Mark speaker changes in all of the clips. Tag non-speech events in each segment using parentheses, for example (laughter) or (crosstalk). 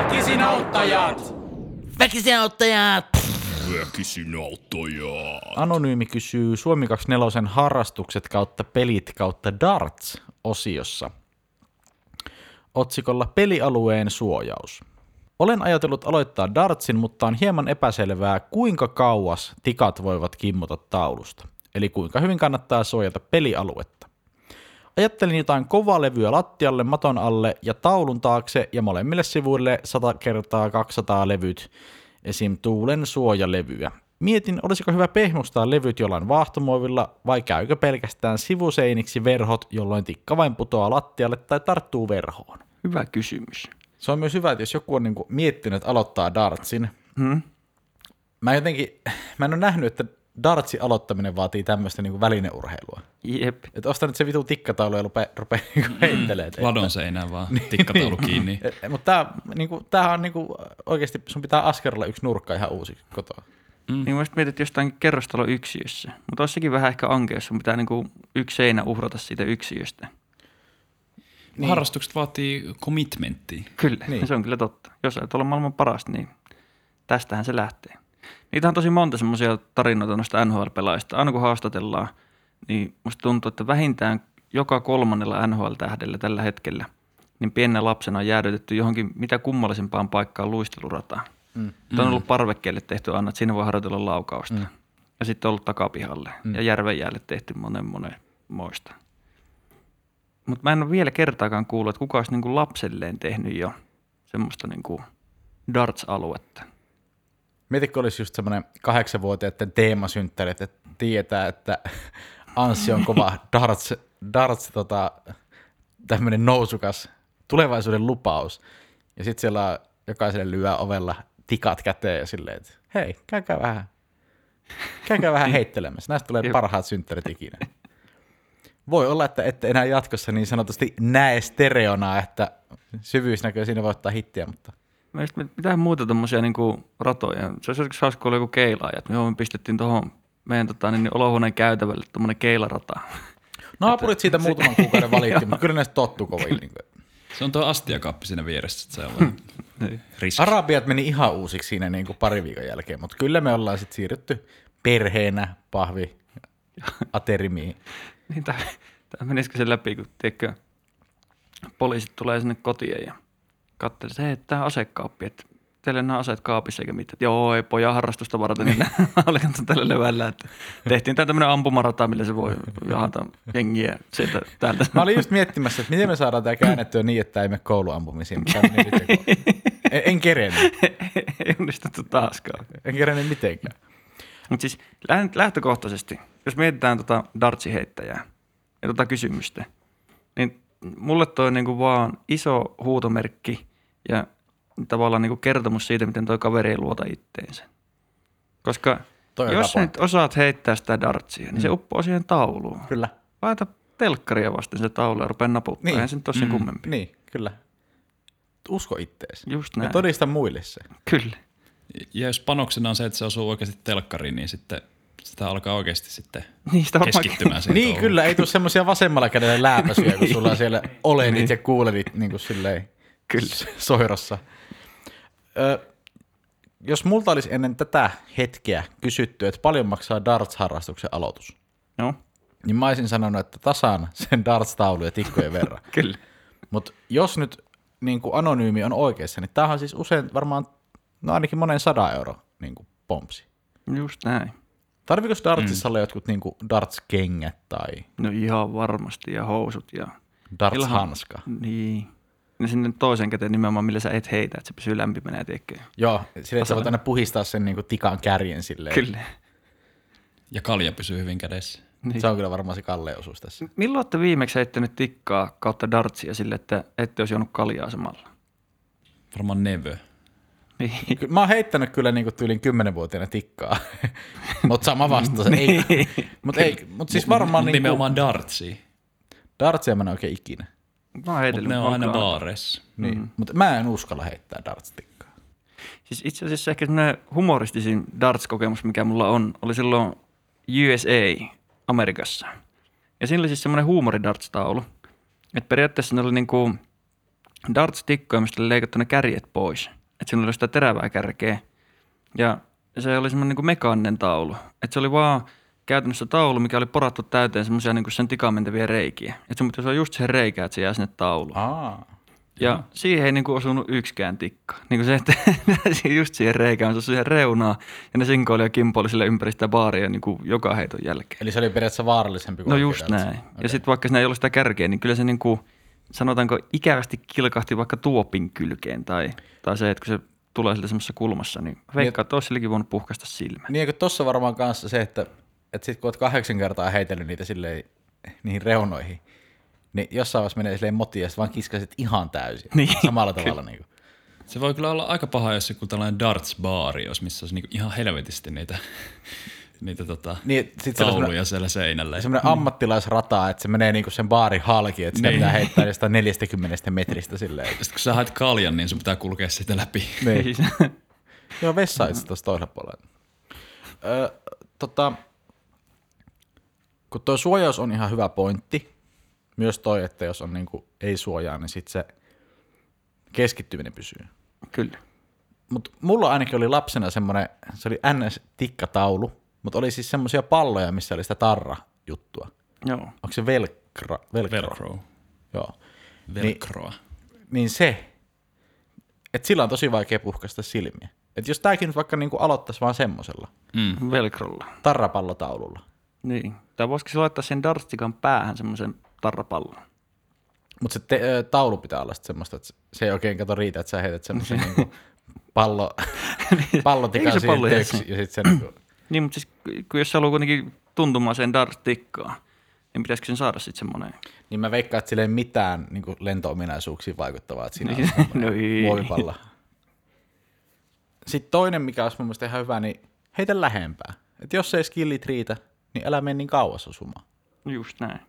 Speaker 1: Väkisin auttajat!
Speaker 2: Väkisin auttajat!
Speaker 3: Väkisin auttajaa.
Speaker 4: Anonyymi kysyy Suomi 24 harrastukset kautta pelit kautta darts osiossa. Otsikolla pelialueen suojaus. Olen ajatellut aloittaa dartsin, mutta on hieman epäselvää, kuinka kauas tikat voivat kimmota taulusta. Eli kuinka hyvin kannattaa suojata pelialuetta. Ajattelin jotain kovaa levyä lattialle, maton alle ja taulun taakse ja molemmille sivuille 100 kertaa 200 levyt, esim. tuulen suojalevyä. Mietin, olisiko hyvä pehmustaa levyt jollain vaahtomuovilla vai käykö pelkästään sivuseiniksi verhot, jolloin tikka vain putoaa lattialle tai tarttuu verhoon.
Speaker 5: Hyvä kysymys.
Speaker 4: Se on myös hyvä, että jos joku on niinku miettinyt, että aloittaa dartsin.
Speaker 5: Hmm?
Speaker 4: Mä jotenkin, mä en ole nähnyt, että dartsin aloittaminen vaatii tämmöistä niinku välineurheilua.
Speaker 5: Jep.
Speaker 4: Että osta nyt se vitu tikkataulu ja rupe, (laughs) rupee niinku heittelee. Mm,
Speaker 3: Ladon seinään vaan, tikkataulu
Speaker 4: (laughs)
Speaker 3: kiinni.
Speaker 4: Mutta tää, niinku, tämähän on niinku, oikeasti, sun pitää askerrella yksi nurkka ihan uusi kotoa.
Speaker 5: Niin voisit mietit jostain kerrostalo yksiössä. Mutta olisi sekin vähän ehkä ankeus, sun pitää niinku yksi seinä uhrata siitä yksiöstä.
Speaker 3: Niin. Harrastukset vaatii commitmenttia.
Speaker 5: Kyllä,
Speaker 4: Niin.
Speaker 5: niin. se on kyllä totta. Jos et ole maailman parasta, niin tästähän se lähtee. Niitä on tosi monta semmoisia tarinoita noista NHL-pelaajista. Aina kun haastatellaan, niin musta tuntuu, että vähintään joka kolmannella NHL-tähdellä tällä hetkellä, niin pienenä lapsena on jäädytetty johonkin mitä kummallisempaan paikkaan luistelurataan. Mm. On ollut parvekkeelle tehty aina, että siinä voi harjoitella laukausta. Mm. Ja sitten on ollut takapihalle mm. ja järvenjäälle tehty monen monen moista. Mutta mä en ole vielä kertaakaan kuullut, että kuka olisi niinku lapselleen tehnyt jo semmoista niinku darts-aluetta.
Speaker 4: Mieti, kun olisi just semmoinen kahdeksanvuotiaiden teemasynttäri, että tietää, että Anssi on kova darts, darts tota, tämmöinen nousukas tulevaisuuden lupaus. Ja sitten siellä on- jokaiselle lyö ovella tikat käteen ja silleen, että hei, käykää vähän, käykää vähän heittelemässä. Näistä tulee parhaat synttärit ikinä. Voi olla, että ette enää jatkossa niin sanotusti näe stereona, että syvyysnäkö siinä voittaa hittiä, mutta
Speaker 5: Mä just mietin, mitään muuta tommosia niinku ratoja. Se olisi joskus hauska, kun oli joku keilaaja. että Me pistettiin tuohon meidän tota, niin, niin olohuoneen käytävälle tommonen keilarata.
Speaker 4: Naapurit siitä muutaman kuukauden valitti,
Speaker 5: (laughs)
Speaker 4: mutta kyllä näistä tottu kovin. Niin
Speaker 3: Se on tuo astiakaappi siinä vieressä, että se on vaan
Speaker 4: Hmm.
Speaker 5: Niin.
Speaker 3: riski.
Speaker 4: Arabiat meni ihan uusiksi siinä niin kuin pari viikon jälkeen, mutta kyllä me ollaan sitten siirrytty perheenä pahvi aterimiin.
Speaker 5: niin tää, tää menisikö se läpi, kun tiedätkö, poliisit tulee sinne kotiin ja katselee, että hei, tää on asekaappi, että teillä nämä aseet kaapissa eikä mitään. Joo, ei pojan harrastusta
Speaker 4: (laughs)
Speaker 5: varten, niin (laughs) alkaa tällä levällä, että tehtiin tää tämmönen ampumarata, millä se voi jahata jengiä sieltä täältä.
Speaker 4: Mä olin just miettimässä, että miten me saadaan tämä käännettyä niin, että ei me kouluampumisiin. mutta tää meni nyt jo kouluun. En, en kerennyt,
Speaker 5: (laughs) ei onnistuttu taaskaan.
Speaker 4: en kerennyt mitenkään.
Speaker 5: Mutta siis lä- lähtökohtaisesti, jos mietitään tota dartsiheittäjää ja tota kysymystä, niin mulle toi niinku vaan iso huutomerkki ja tavallaan niinku kertomus siitä, miten toi kaveri ei luota itteensä. Koska
Speaker 4: Toi on
Speaker 5: jos
Speaker 4: hyvä Mm.
Speaker 5: sä nyt osaat heittää sitä dartsia, niin se uppoaa siihen tauluun.
Speaker 4: Kyllä.
Speaker 5: Laita telkkaria vasten sitä taulua ja rupea naputtaa.
Speaker 4: Niin.
Speaker 5: Niin. Eihän se nyt ole sen kummempi.
Speaker 4: Niin, kyllä. Usko itteesi.
Speaker 5: Just
Speaker 4: Ja
Speaker 5: näin.
Speaker 4: todista muille se.
Speaker 5: Kyllä.
Speaker 3: Ja jos panoksena on se, että se osuu oikeasti telkkariin, niin sitten sitä alkaa oikeasti sitten
Speaker 5: Niistä varmaan-
Speaker 3: keskittymään siihen
Speaker 4: Niin,
Speaker 3: touhuun.
Speaker 4: kyllä, ei tule semmoisia vasemmalla kädellä läpäsyjä, kun sulla on (laughs) siellä olenit ja kuulenit niin kuin silleen kyllä. soirossa. Ö, jos multa olisi ennen tätä hetkeä kysytty, että paljon maksaa darts-harrastuksen aloitus,
Speaker 5: Joo,
Speaker 4: niin mä olisin sanonut, että tasan sen darts-tauluja tikkojen (laughs) verran.
Speaker 5: kyllä.
Speaker 4: Mutta jos nyt niin kuin anonyymi on oikeassa, niin tämähän on siis usein varmaan, no ainakin monen sadan euro niin kuin pompsi.
Speaker 5: Just näin.
Speaker 4: Tarviko dartsissa mm. olla jotkut niin kuin darts-kengät tai
Speaker 5: No ihan varmasti ja housut ja
Speaker 4: darts-hanska?
Speaker 5: Niin. Ja sinne toisen käteen nimenomaan, millä sä et heitä, että se pysyy lämpimänä ja tiedätkö.
Speaker 4: Joo, sille että sä voit aina puhistaa sen niin kuin tikan kärjen silleen.
Speaker 5: Kyllä.
Speaker 3: Ja kalja pysyy hyvin kädessä.
Speaker 5: Niin.
Speaker 4: Se on kyllä varmaan se kallein osuus tässä.
Speaker 5: Milloin olette viimeksi heittänyt tikkaa kautta dartsia sille, että ette olisi juonut kaljaa samalla? (laughs)
Speaker 3: Varmaan nevö.
Speaker 5: Niin.
Speaker 4: Ky- Mä oon heittänyt kyllä niinku tyylin kymmenenvuotiaana tikkaa, (laughs) mutta sama vasta se ei.
Speaker 5: Niin.
Speaker 4: Mutta ei, mut siis varmaan
Speaker 3: Mut
Speaker 4: niinku,
Speaker 3: Nimenomaan dartsia,
Speaker 4: dartsia mä en oikein ikinä.
Speaker 5: Mä oon
Speaker 3: mutta
Speaker 5: heitellyt
Speaker 3: ne on aina
Speaker 5: monta-
Speaker 3: baareissa.
Speaker 4: Niin. Mm. Mutta mä en uskalla heittää dartstikkaa.
Speaker 5: Siis itse asiassa ehkä semmoinen humoristisin darts-kokemus, mikä mulla on, oli silloin USA Amerikassa. Ja siinä oli siis semmoinen huumoridarts-taulu. Että periaatteessa ne oli niinku darts-tikkoja, mistä oli leikattu ne kärjet pois. että siinä oli sitä terävää kärkeä. Ja se oli semmoinen niin mekaaninen taulu. Että se oli vaan käytännössä taulu, mikä oli porattu täyteen semmoisia niin sen tikaan mentäviä reikiä. Että se mutta se on just se reikä, että se jää sinne tauluun.
Speaker 4: Aa.
Speaker 5: Ja siihen ei niin kuin osunut yksikään tikka. Niin kuin se, että (laughs) just siihen reikään, se osui siihen reunaan ja ne sinkoili ja kimpoili sille ympäri sitä baaria niin kuin joka heiton jälkeen.
Speaker 4: Eli se oli periaatteessa vaarallisempi kuin
Speaker 5: No
Speaker 4: oikea
Speaker 5: just
Speaker 4: dartsi.
Speaker 5: näin. Okay.
Speaker 4: Okei.
Speaker 5: Ja sitten vaikka siinä ei ollut sitä kärkeä, niin kyllä se niin kuin, sanotaanko ikävästi kilkahti vaikka tuopin kylkeen tai, tai se, että kun se tulee siltä semmoisessa kulmassa, niin veikkaa, että olisi silläkin voinut puhkaista silmä.
Speaker 4: Niin, ja kun tossa varmaan kanssa se, että, että sit kun oot kahdeksan kertaa heitellyt niitä silleen, niihin reunoihin, niin jossain vaiheessa menee silleen motiin ja sit vaan kiskasit ihan täysin.
Speaker 5: Niin.
Speaker 4: Samalla tavalla niin kuin.
Speaker 3: Se voi kyllä olla aika paha, jos joku tällainen darts-baari olisi, missä olisi niinku ihan helvetisti niitä, (laughs) niitä tota,
Speaker 4: Niin, et sit siellä on
Speaker 3: tauluja siellä seinällä.
Speaker 4: semmoinen mm. ammattilaisrata, että se menee niinku sen baarin halki, että sitä
Speaker 3: Niin.
Speaker 4: niin. pitää heittää jostain 40 metristä silleen.
Speaker 3: Sitten kun sä haet kaljan, niin sun pitää kulkea sitä läpi.
Speaker 4: (laughs) Niin.
Speaker 5: Ei se-
Speaker 4: Joo, vessa itse tuossa toisella puolella. Öö, tota, kun tuo suojaus on ihan hyvä pointti, myös toi, että jos on niinku ei suojaa, niin sit se keskittyminen pysyy.
Speaker 5: (laughs) kyllä.
Speaker 4: Mutta mulla ainakin oli lapsena semmoinen, se oli NS-tikkataulu, mutta oli siis semmoisia palloja, missä oli sitä tarra-juttua.
Speaker 5: Joo.
Speaker 4: Onko se velkra, velkro?
Speaker 3: Velcro.
Speaker 4: Joo.
Speaker 3: Velcroa.
Speaker 4: Niin se, että sillä on tosi vaikea puhkaista silmiä. Että jos tämäkin nyt vaikka niinku aloittaisi vaan semmoisella,
Speaker 3: Mm.
Speaker 5: Velcrolla.
Speaker 4: tarrapallotaululla.
Speaker 5: Niin. Tai voisiko se laittaa sen dartstikan päähän semmoisen tarrapallon?
Speaker 4: Mutta se te- ö, taulu pitää olla sitten semmoista, että se ei oikein kato riitä, että sä heität
Speaker 5: (laughs)
Speaker 4: semmoisen niinku pallo,
Speaker 5: Niin. Eikö se
Speaker 4: pallotikan siihen
Speaker 5: pallo jää
Speaker 4: töksi, ja sitten se niinku,
Speaker 5: Niin, mutta siis kun jos se haluaa kuitenkin tuntumaan sen dartstikkaan, niin pitäisikö sen saada sitten semmoinen?
Speaker 4: niin mä veikkaan, että sillä ei mitään niinku lentoominaisuuksiin vaikuttavaa, että siinä on
Speaker 5: Niin. (laughs) No ei.
Speaker 4: muovipalla. Sitten toinen, mikä olisi mun mielestä ihan hyvä, niin heitä lähempää. Et jos ei skillit riitä, niin älä mene niin kauas osumaan.
Speaker 5: Just näin.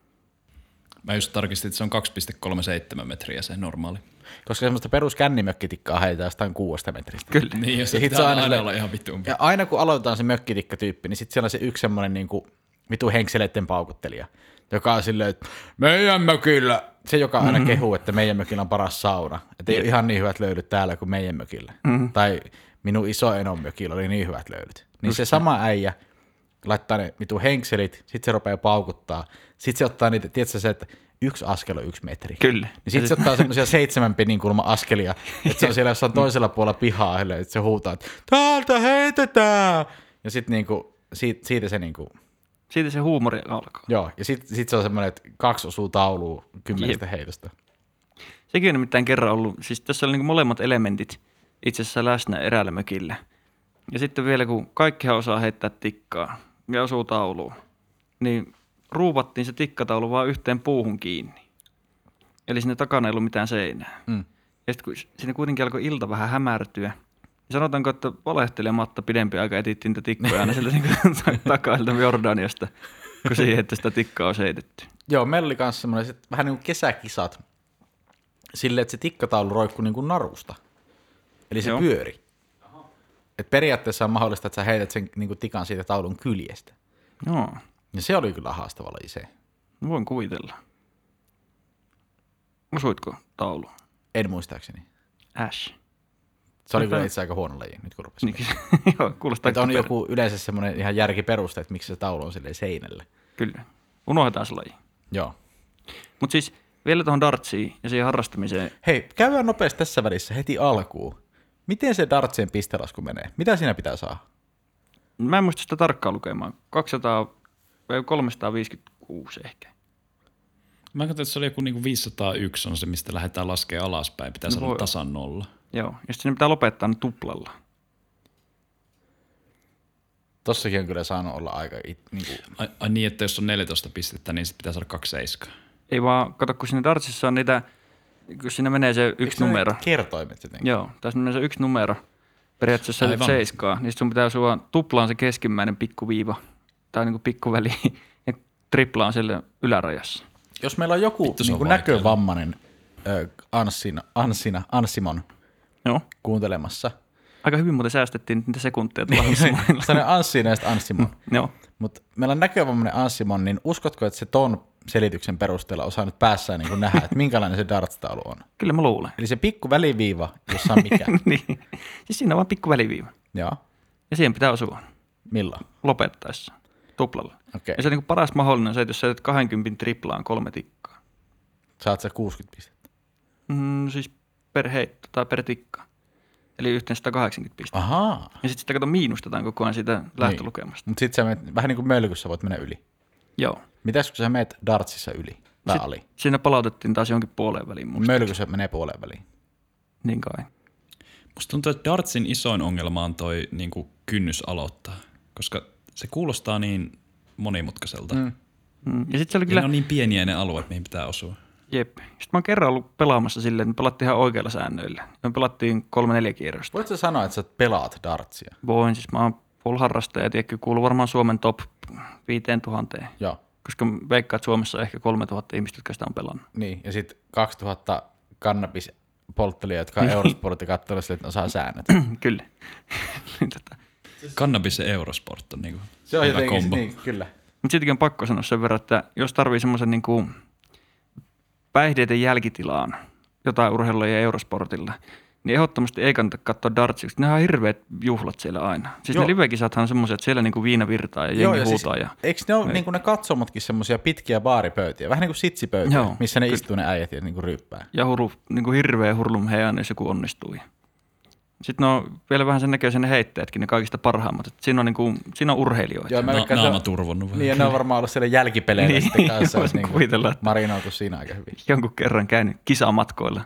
Speaker 3: Mä just tarkistin, että se on 2,37 metriä se normaali.
Speaker 4: Koska semmoista peruskännimökkitikkaa heitä jostain kuuesta metristä.
Speaker 5: Kyllä.
Speaker 3: Niin, jos
Speaker 4: Ja
Speaker 3: se
Speaker 4: sit se
Speaker 3: pitää
Speaker 4: on
Speaker 3: aina,
Speaker 4: aina
Speaker 3: aina
Speaker 4: sille-
Speaker 3: olla ihan vittuumpi.
Speaker 4: Ja aina kun aloitetaan se mökkitikkatyyppi, niin sitten siellä on se yksi semmoinen niin kuin, vitu henkseleiden paukuttelija, joka on silleen, että meidän mökillä, se joka aina kehuu, että meidän mökillä on paras sauna. Että ei ole ihan niin hyvät löydyt täällä kuin meidän mökillä. Tai minun iso enon mökillä oli niin hyvät löydyt. Niin se sama äijä laittaa ne vitu henkselit, sitten se rupeaa paukuttaa. Sitten se ottaa niitä, tiedätkö se, että yksi askel on yksi metri.
Speaker 5: Kyllä.
Speaker 4: Niin sitten se ottaa semmoisia seitsemän pinin kulma askelia, että se on siellä jossain toisella puolella pihaa, silleen, että se huutaa, että täältä heitetään! Ja sitten niinku, siitä, siitä se niinku,
Speaker 5: Siitä se huumori alkaa.
Speaker 4: joo, ja sitten sit se on semmoinen, että kaksi osuu tauluun kymmenestä heitosta.
Speaker 5: Sekin on nimittäin kerran ollut, siis tässä oli niin molemmat elementit itse asiassa läsnä eräällä mökillä. Ja sitten vielä kun kaikkihan osaa heittää tikkaa ja osuu tauluun, niin ruuvattiin se tikkataulu vaan yhteen puuhun kiinni. Eli sinne takana ei ollut mitään seinää.
Speaker 4: Mm.
Speaker 5: Ja sitten kun sinne kuitenkin alkoi ilta vähän hämärtyä, niin sanotaanko, että valehtelematta pidempi aika etittiin niitä tikkoja aina sieltä niin (laughs) takailta Jordaniasta, kun siihen, että sitä tikkaa on heitetty.
Speaker 4: Joo, meillä oli kanssa semmoinen, sit vähän niin kuin kesäkisat, silleen, että se tikkataulu roikkuu niin kuin narusta. Eli se
Speaker 5: Joo.
Speaker 4: joo. pyöri. Et periaatteessa on mahdollista, että sä heität sen niin kuin tikan siitä taulun kyljestä.
Speaker 5: Joo,
Speaker 4: Ja se oli kyllä haastava laji se.
Speaker 5: voin kuvitella. Osuitko taulu?
Speaker 4: En muistaakseni.
Speaker 5: Ash.
Speaker 4: Se oli
Speaker 5: Mutta-
Speaker 4: kyllä itse asiassa aika huono laji, nyt kun rupesin.
Speaker 5: Niin, (laughs) joo, kuulostaa
Speaker 4: Että on
Speaker 5: typerältä.
Speaker 4: joku yleensä semmoinen ihan järkiperuste, että miksi se taulu on silleen seinällä.
Speaker 5: Kyllä. Unohdetaan se laji.
Speaker 4: Joo.
Speaker 5: Mutta siis vielä tuohon dartsiin ja siihen harrastamiseen.
Speaker 4: Hei, käydään nopeasti tässä välissä heti alkuun. Miten se dartsien pistelasku menee? Mitä siinä pitää saada?
Speaker 5: Mä en muista sitä tarkkaa lukemaan. 200 vai 356 ehkä.
Speaker 3: Mä katsoin, että se oli joku niinku 501 on se, mistä lähdetään laskemaan alaspäin. Pitäisi
Speaker 5: No
Speaker 3: no
Speaker 5: voi-
Speaker 3: olla tasan nolla.
Speaker 5: Joo. Ja sitten ne pitää lopettaa ne tuplalla.
Speaker 4: Tossakin on kyllä saanut olla aika... It, niin kuin,
Speaker 3: Ai, ai niin, että jos on 14 pistettä, niin sitten pitää saada kaksi seiskaa.
Speaker 5: Ei vaan, kato kun siinä dartsissa on niitä, kun siinä menee se yksi numero.
Speaker 4: Kertoimet jotenkin.
Speaker 5: Joo, tässä menee se yksi numero. Periaatteessa
Speaker 3: Aivan.
Speaker 5: Aivan. seiskaa, niin sit sun pitää sua tuplaan se keskimmäinen pikkuviiva tai niinku pikkuväli (laughs) ja triplaan sille ylärajassa.
Speaker 4: Jos meillä on joku
Speaker 3: Vittu, se
Speaker 4: niin
Speaker 3: on
Speaker 4: kuin
Speaker 3: vaikeaa.
Speaker 4: näkövammainen ö, Ansina, Ansina, Ansimon
Speaker 5: Joo.
Speaker 4: (laughs) kuuntelemassa.
Speaker 5: Aika hyvin muuten säästettiin niitä sekunteja (laughs) tuolla
Speaker 4: Sellainen Anssi näistä Ansimon.
Speaker 5: Joo.
Speaker 4: Mutta meillä on näkövammainen Ansimon, niin uskotko, että se ton selityksen perusteella osaa nyt päässään niin kuin nähdä, että minkälainen se darts-taulu on.
Speaker 5: Kyllä mä luulen.
Speaker 4: Eli se pikku väliviiva, jossa on mikä.
Speaker 5: (laughs) niin. Siis siinä on vaan pikku väliviiva.
Speaker 4: Joo,
Speaker 5: Ja siihen pitää osua
Speaker 4: milloin?
Speaker 5: lopettaessa tuplalla.
Speaker 4: Okei,
Speaker 5: Ja se niin paras mahdollinen on se, että jos sä teet 20 triplaan kolme tikkaa.
Speaker 4: saat sä 60 pistettä.
Speaker 5: Mm, siis per heitto tai per tikka. Eli yhteensä 180 pistettä.
Speaker 4: Ahaa.
Speaker 5: Ja sitten sitä kato miinustetaan koko ajan siitä
Speaker 3: Niin.
Speaker 5: lähtölukemasta.
Speaker 4: Mutta sit sä menet, vähän niin kuin mölkyssä voit mennä yli.
Speaker 5: Joo.
Speaker 4: Mitäs kun sä meet dartsissa yli? Tai ali?
Speaker 5: Siinä palautettiin taas jonkin puoleen väliin musta.
Speaker 4: Mölkyssä menee puoleen väliin.
Speaker 3: Mm.
Speaker 5: Niin kai.
Speaker 3: Musta tuntuu, että Dartsin isoin ongelma on toi niin kuin kynnys aloittaa, koska se kuulostaa niin monimutkaiselta. Mm,
Speaker 5: Mm. Ja sitten se oli
Speaker 3: ja
Speaker 5: kyllä,
Speaker 3: ne on niin pieniä ne alueet, mihin pitää osua.
Speaker 5: jep. Sitten mä oon kerran ollut pelaamassa silleen, että me pelattiin ihan oikeilla säännöillä. Me pelattiin kolme neljä kierrosta.
Speaker 4: Voit sä sanoa, että sä pelaat dartsia?
Speaker 5: Voin, siis mä oon full harrastaja ja tiedätkö, kuuluu varmaan Suomen top 5000,
Speaker 4: Joo.
Speaker 5: koska mä veikkaan, että Suomessa on ehkä 3000 ihmistä, jotka sitä on pelannut.
Speaker 4: Niin, ja sitten 2000 kannabis polttelijaa, jotka
Speaker 5: (laughs)
Speaker 4: on eurosportti katsonut sille, että osaa säännöt.
Speaker 5: Mm, Kyllä. (laughs) Niin tota.
Speaker 3: Kannabis ja eurosport on niin kuin
Speaker 4: Se on
Speaker 3: hyvä
Speaker 4: jotenkin,
Speaker 3: kombo.
Speaker 4: niin, kyllä.
Speaker 5: Mutta sittenkin on pakko sanoa sen verran, että jos tarvii semmoisen niin kuin päihteiden jälkitilaan jotain urheilua ja eurosportilla, niin ehdottomasti ei kannata katsoa dartsiksi. Ne on hirveät juhlat siellä aina. Siis Joo.
Speaker 4: Joo.
Speaker 5: ne livekisathan on semmoisia, että siellä niinku viina virtaa ja jengi Joo, ja huutaa. Siis... Ja...
Speaker 4: eikö ne ole niin kuin ne katsomotkin semmoisia pitkiä baaripöytiä, vähän niin kuin sitsipöytiä,
Speaker 5: Joo,
Speaker 4: missä ne istuu ne äijät ja niin kuin ryppää.
Speaker 5: ja huru, niin kuin hirveä hurlum heijaan, jos joku onnistuu. Sitten ne on vielä vähän sen näköisiä ne heitteetkin, ne kaikista parhaimmat. Et siinä, on niin kuin, siinä on urheilijoita.
Speaker 4: Joo, mä
Speaker 3: Na-
Speaker 4: veikkaan, että-
Speaker 3: naama turvonnut vähän.
Speaker 4: Niin, ja ne on varmaan ollut siellä jälkipeleillä niin, sitten kanssa,
Speaker 5: (laughs) voisin
Speaker 4: olisi niin
Speaker 5: kuvitella,
Speaker 4: kuin
Speaker 5: että-
Speaker 4: marinoitu siinä aika hyvin.
Speaker 5: Jonkun kerran käynyt kisamatkoilla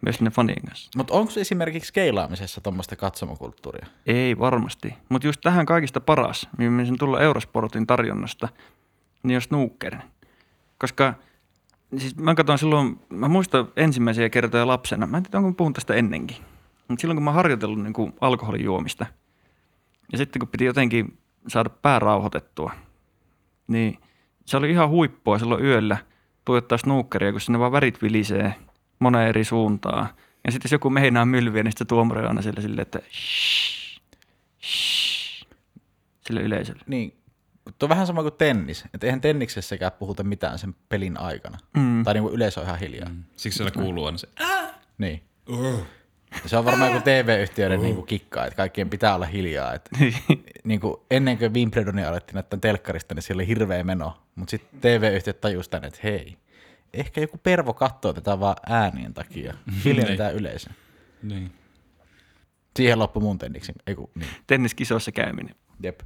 Speaker 5: myös ne fanien kanssa.
Speaker 4: Mutta onko esimerkiksi keilaamisessa tuommoista katsomokulttuuria?
Speaker 5: Ei varmasti. Mutta just tähän kaikista paras, mihin sen tulla Eurosportin tarjonnasta, niin on snooker. Koska siis mä katson silloin, mä muistan ensimmäisiä kertoja lapsena. Mä en tiedä, onko mä puhun tästä ennenkin. Mutta silloin kun mä oon harjoitellut niin kuin alkoholin juomista, ja sitten kun piti jotenkin saada pää rauhoitettua, niin se oli ihan huippua silloin yöllä tuijottaa snookeria, kun sinne vaan värit vilisee moneen eri suuntaan. Ja sitten jos joku meinaa mylviä, niin sitten se tuomari on aina sille silleen, että shh, shh, sille yleisölle.
Speaker 4: Niin, tuo on vähän sama kuin tennis. Että eihän tenniksessäkään puhuta mitään sen pelin aikana. Mm. Tai niin kuin yleisö on ihan hiljaa. Mm.
Speaker 3: Siksi siellä kuuluu aina se.
Speaker 4: Niin. Se on varmaan joku TV-yhtiöiden niin kuin kikka, että kaikkien pitää olla hiljaa. Että, niin kuin ennen kuin Wimbledonia alettiin näyttää telkkarista, niin siellä oli hirveä meno. Mutta sitten TV-yhtiöt tajus tänne, että hei, ehkä joku pervo katsoo tätä vaan äänien takia. Hiljennetään yleisö.
Speaker 3: Niin.
Speaker 4: Siihen loppu mun tenniksi. Ei kun, niin.
Speaker 5: Tenniskisoissa käyminen.
Speaker 4: Jep.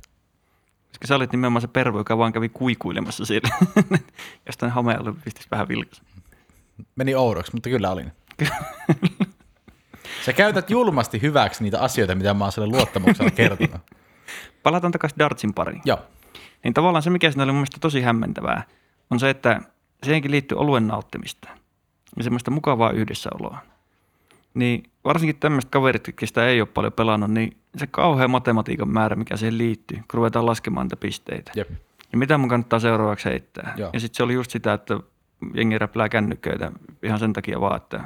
Speaker 5: Koska sä olit nimenomaan se pervo, joka vaan kävi kuikuilemassa siellä. (laughs) Jostain hameella pistis vähän vilkas.
Speaker 4: Meni oudoksi, mutta kyllä olin. Sä käytät julmasti hyväksi niitä asioita, mitä mä oon sille luottamuksella kertonut.
Speaker 5: Palataan takaisin Dartsin pariin.
Speaker 4: Joo.
Speaker 5: Niin tavallaan se, mikä siinä oli mun mielestä tosi hämmentävää, on se, että siihenkin liittyy oluen nauttimista ja semmoista mukavaa yhdessäoloa. Niin varsinkin tämmöiset kaverit, jotka sitä ei ole paljon pelannut, niin se kauhea matematiikan määrä, mikä siihen liittyy, kun ruvetaan laskemaan niitä pisteitä.
Speaker 4: Jep.
Speaker 5: Ja mitä mun kannattaa seuraavaksi heittää.
Speaker 4: Joo.
Speaker 5: Ja sitten se oli just sitä, että jengi räplää kännyköitä ihan sen takia vaan, että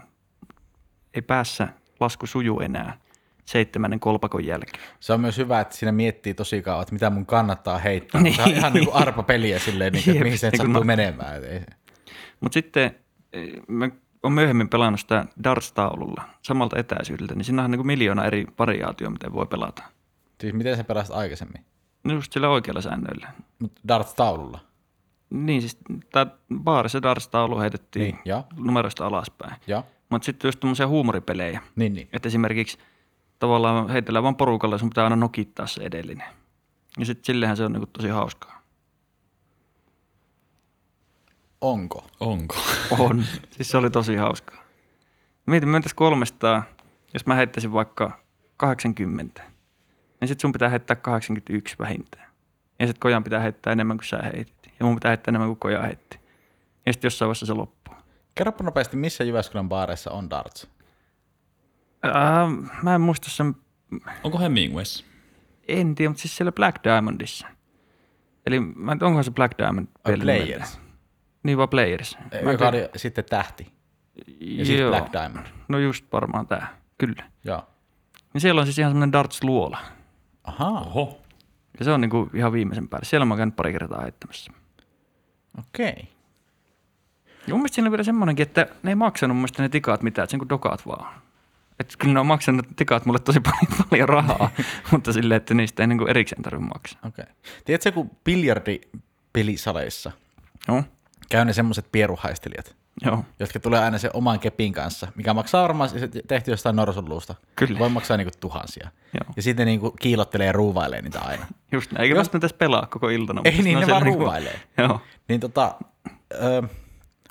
Speaker 5: ei päässä lasku suju enää seitsemännen kolpakon jälkeen.
Speaker 4: Se on myös hyvä, että siinä miettii tosi kauan, että mitä mun kannattaa heittää. Niin. Se on ihan niin kuin arpa peliä silleen, niin kuin,
Speaker 5: Jep.
Speaker 4: että mihin se
Speaker 5: Niin
Speaker 4: nyt
Speaker 5: kuin
Speaker 4: sattuu
Speaker 5: mä-
Speaker 4: menemään. Et ei-
Speaker 5: Mutta sitten eh, mä oon myöhemmin pelannut sitä darts-taululla samalta etäisyydeltä, niin siinä on niin miljoona eri variaatio, miten voi pelata.
Speaker 4: Siis miten sä pelasit aikaisemmin?
Speaker 5: No just sillä oikealla säännöillä.
Speaker 4: Mut darts-taululla.
Speaker 5: Niin siis tää baarissa darts-taulu heitettiin
Speaker 4: Niin, joo.
Speaker 5: numerosta alaspäin.
Speaker 4: Joo.
Speaker 5: Mutta sitten just tämmöisiä huumoripelejä,
Speaker 4: Niin, niin.
Speaker 5: että esimerkiksi tavallaan heitellään vaan porukalla ja sun pitää aina nokittaa se edellinen. Ja sitten sillähän se on niinku tosi hauskaa.
Speaker 4: Onko?
Speaker 3: Onko? (laughs)
Speaker 5: On. siis se oli tosi hauskaa. Mietin, mä mentäis kolmesta, jos mä heittäisin vaikka 80, niin sit sun pitää heittää 81 vähintään. Ja sit kojan pitää heittää enemmän kuin sä heitit. Ja mun pitää heittää enemmän kuin koja heitti. Ja sitten jossain vaiheessa se loppuu.
Speaker 4: Kerropa nopeasti, missä Jyväskylän baareissa on darts?
Speaker 5: Ää, mä en muista sen,
Speaker 3: Onko Hemingways?
Speaker 5: en tiedä, mutta siis siellä Black Diamondissa. Eli mä en tiedä, onkohan se Black Diamond
Speaker 4: Ai,
Speaker 5: peli
Speaker 4: Players.
Speaker 5: nimeltä. Niin vaan Players. Mä en
Speaker 4: Joka oli sitten tähti. Ja sitten
Speaker 5: Joo.
Speaker 4: Black Diamond.
Speaker 5: No just varmaan tää, kyllä.
Speaker 4: Joo.
Speaker 5: Niin siellä on siis ihan semmoinen darts-luola.
Speaker 4: Ahaa,
Speaker 3: Oho.
Speaker 5: Ja se on niinku ihan viimeisen päälle. Siellä mä oon käynyt pari kertaa heittämässä.
Speaker 4: okei. Okay.
Speaker 5: Ja mun mielestä siinä on vielä semmoinenkin, että ne ei maksanut mun mielestä ne tikaat mitään, että sen kun dokaat vaan. Että kyllä ne on maksanut tikaat mulle tosi (laughs) paljon, paljon rahaa, (laughs) mutta silleen, että niistä ei niin kuin erikseen tarvitse maksaa.
Speaker 4: Okei. Okay. Tiedätkö, kun biljardipelisaleissa
Speaker 5: Joo,
Speaker 4: käy ne semmoiset pieruhaistelijat,
Speaker 5: joo,
Speaker 4: jotka tulee aina sen oman kepin kanssa, mikä maksaa varmaan se tehty jostain norsunluusta.
Speaker 5: Kyllä.
Speaker 4: Voi maksaa niinku tuhansia.
Speaker 5: joo.
Speaker 4: Ja sitten niinku kiilottelee ja ruuvailee niitä aina.
Speaker 5: Just näin. Eikä
Speaker 4: Jos-
Speaker 5: Jos... tässä pelaa koko iltana.
Speaker 4: Ei
Speaker 5: mutta
Speaker 4: niin,
Speaker 5: on
Speaker 4: ne
Speaker 5: siellä
Speaker 4: vaan
Speaker 5: niinku-
Speaker 4: ruuvailee.
Speaker 5: Joo.
Speaker 4: Niin tota, öö,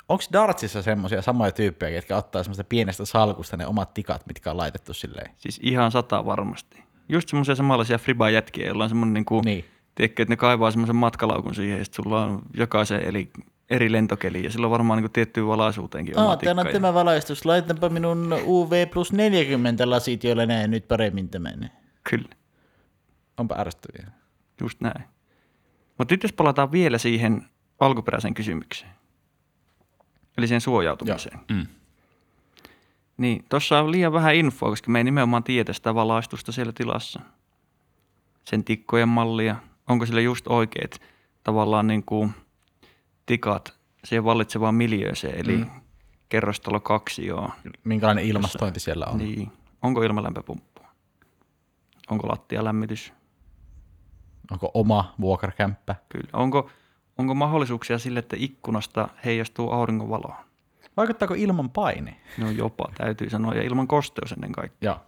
Speaker 4: onko dartsissa semmoisia samoja tyyppejä, jotka ottaa semmoista pienestä salkusta ne omat tikat, mitkä on laitettu silleen?
Speaker 5: Siis ihan sata varmasti. Just semmoisia samanlaisia fribaa jätkiä, joilla on semmoinen niinku,
Speaker 4: Niin.
Speaker 5: niin. tiedätkö, että ne kaivaa semmoisen matkalaukun siihen, ja sit sulla on jokaisen eli, eri lentokeli, ja sillä on varmaan niinku tiettyyn valaisuuteenkin oma tikka. ja-
Speaker 4: valaistus. Laitanpa minun UV plus 40 lasit, joilla näen nyt paremmin tämän.
Speaker 5: Kyllä,
Speaker 4: Onpa ärsyttäviä.
Speaker 5: just näin. Mutta nyt jos palataan vielä siihen alkuperäiseen kysymykseen, eli siihen suojautumiseen.
Speaker 3: Mm.
Speaker 5: Niin, tuossa on liian vähän infoa, koska me ei nimenomaan tiedä sitä valaistusta siellä tilassa. Sen tikkojen mallia, onko sillä just oikeat tavallaan niin kuin tikat siihen vallitsevaan miljööseen, eli mm. kerrostalo kaksi joo.
Speaker 4: Minkälainen ilmastointi siellä on? Niin.
Speaker 5: Niin, onko ilmalämpöpumppu? Onko lattialämmitys?
Speaker 4: Onko oma vuokrakämppä?
Speaker 5: Kyllä. Onko, onko mahdollisuuksia sille, että ikkunasta heijastuu auringonvaloa?
Speaker 4: Vaikuttaako ilman paine?
Speaker 5: No jopa, täytyy sanoa, ja ilman kosteus ennen kaikkea.
Speaker 4: Joo.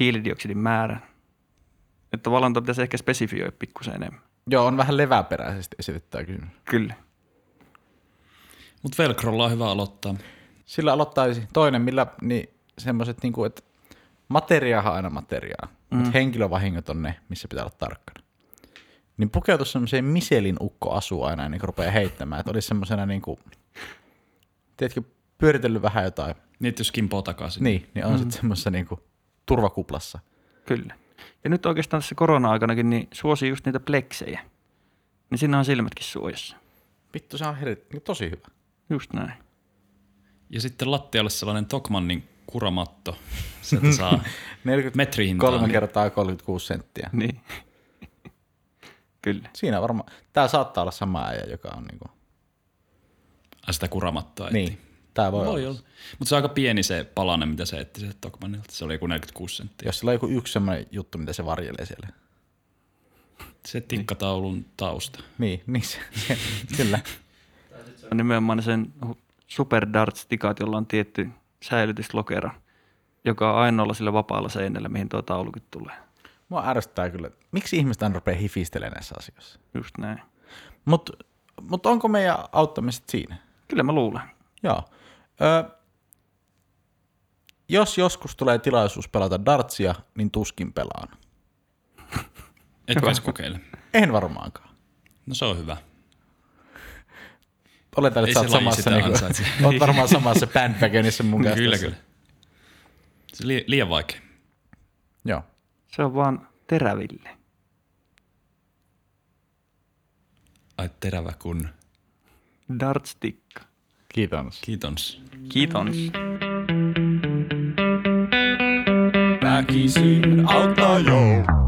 Speaker 5: hiilidioksidin määrä. Että tavallaan tuo pitäisi ehkä spesifioida pikkusen enemmän.
Speaker 4: Joo, on vähän leväperäisesti esitetty tämä kysymys.
Speaker 5: Kyllä.
Speaker 3: Mutta Velcrolla on hyvä aloittaa.
Speaker 4: Sillä aloittaisi toinen, millä niin semmoiset, niin että materiaahan on aina materiaa, mm. mutta henkilövahingot on ne, missä pitää olla tarkkana. Niin pukeutu semmoiseen miselin ukko asuu aina, niin kuin rupeaa heittämään, että olisi semmoisena niin kuin, tiedätkö, pyöritellyt vähän jotain,
Speaker 3: Niin, että jos kimpoo takaisin.
Speaker 4: niin, niin on mm. sitten semmoisessa niin kuin, turvakuplassa.
Speaker 5: Kyllä. Ja nyt oikeastaan tässä korona-aikanakin niin suosi just niitä pleksejä. Niin siinä on silmätkin suojassa.
Speaker 4: Vittu, se on heri, niin tosi hyvä.
Speaker 5: Just näin.
Speaker 3: Ja sitten lattialle sellainen Tokmannin kuramatto. Sieltä
Speaker 4: (laughs)
Speaker 3: saa
Speaker 4: 43
Speaker 3: Metrihintaan.
Speaker 4: kertaa 36 senttiä.
Speaker 5: Niin. (laughs) Kyllä.
Speaker 4: Siinä varmaan, tämä saattaa olla sama äijä, joka on niin kuin,
Speaker 3: Ai, sitä kuramattoa. etti.
Speaker 4: niin, tämä voi,
Speaker 3: Voi olla. Mutta se on aika pieni se palanen, mitä se etti se Tokmanilta. Se oli joku 46 senttiä.
Speaker 4: Jos sillä on joku yksi semmoinen juttu, mitä se varjelee siellä.
Speaker 3: Se tikkataulun tausta.
Speaker 4: Niin, (laughs) niin se, se kyllä.
Speaker 5: Se on nimenomaan sen hu- superdarts-tikat, jolla on tietty säilytyslokero, joka on ainoalla sillä vapaalla seinällä, mihin tuo taulukin tulee.
Speaker 4: Mua ärsyttää kyllä. Miksi ihmiset aina rupeaa hifistelemään näissä asioissa?
Speaker 5: Just näin.
Speaker 4: Mutta mut onko meidän auttamiset siinä?
Speaker 5: Kyllä mä luulen.
Speaker 4: Joo. Ö, jos joskus tulee tilaisuus pelata dartsia, niin tuskin pelaan.
Speaker 3: Etkö edes kokeile?
Speaker 4: En varmaankaan.
Speaker 3: No se on hyvä.
Speaker 4: Oletan,
Speaker 3: Ei
Speaker 4: että sä oot
Speaker 3: se laji
Speaker 4: samassa,
Speaker 3: sitä
Speaker 4: niinku,
Speaker 3: ansaitse.
Speaker 4: (laughs) oot varmaan samassa bandwagonissa mun kanssa.
Speaker 3: kyllä,
Speaker 4: tässä.
Speaker 3: kyllä. Se li- liian vaikea.
Speaker 4: Joo.
Speaker 5: Se on vaan teräville.
Speaker 3: Ai terävä kun.
Speaker 5: Darts-tikka.
Speaker 4: Kiitos.
Speaker 3: Kiitos.
Speaker 5: Kiitos.
Speaker 4: Väkisin auttaa joo.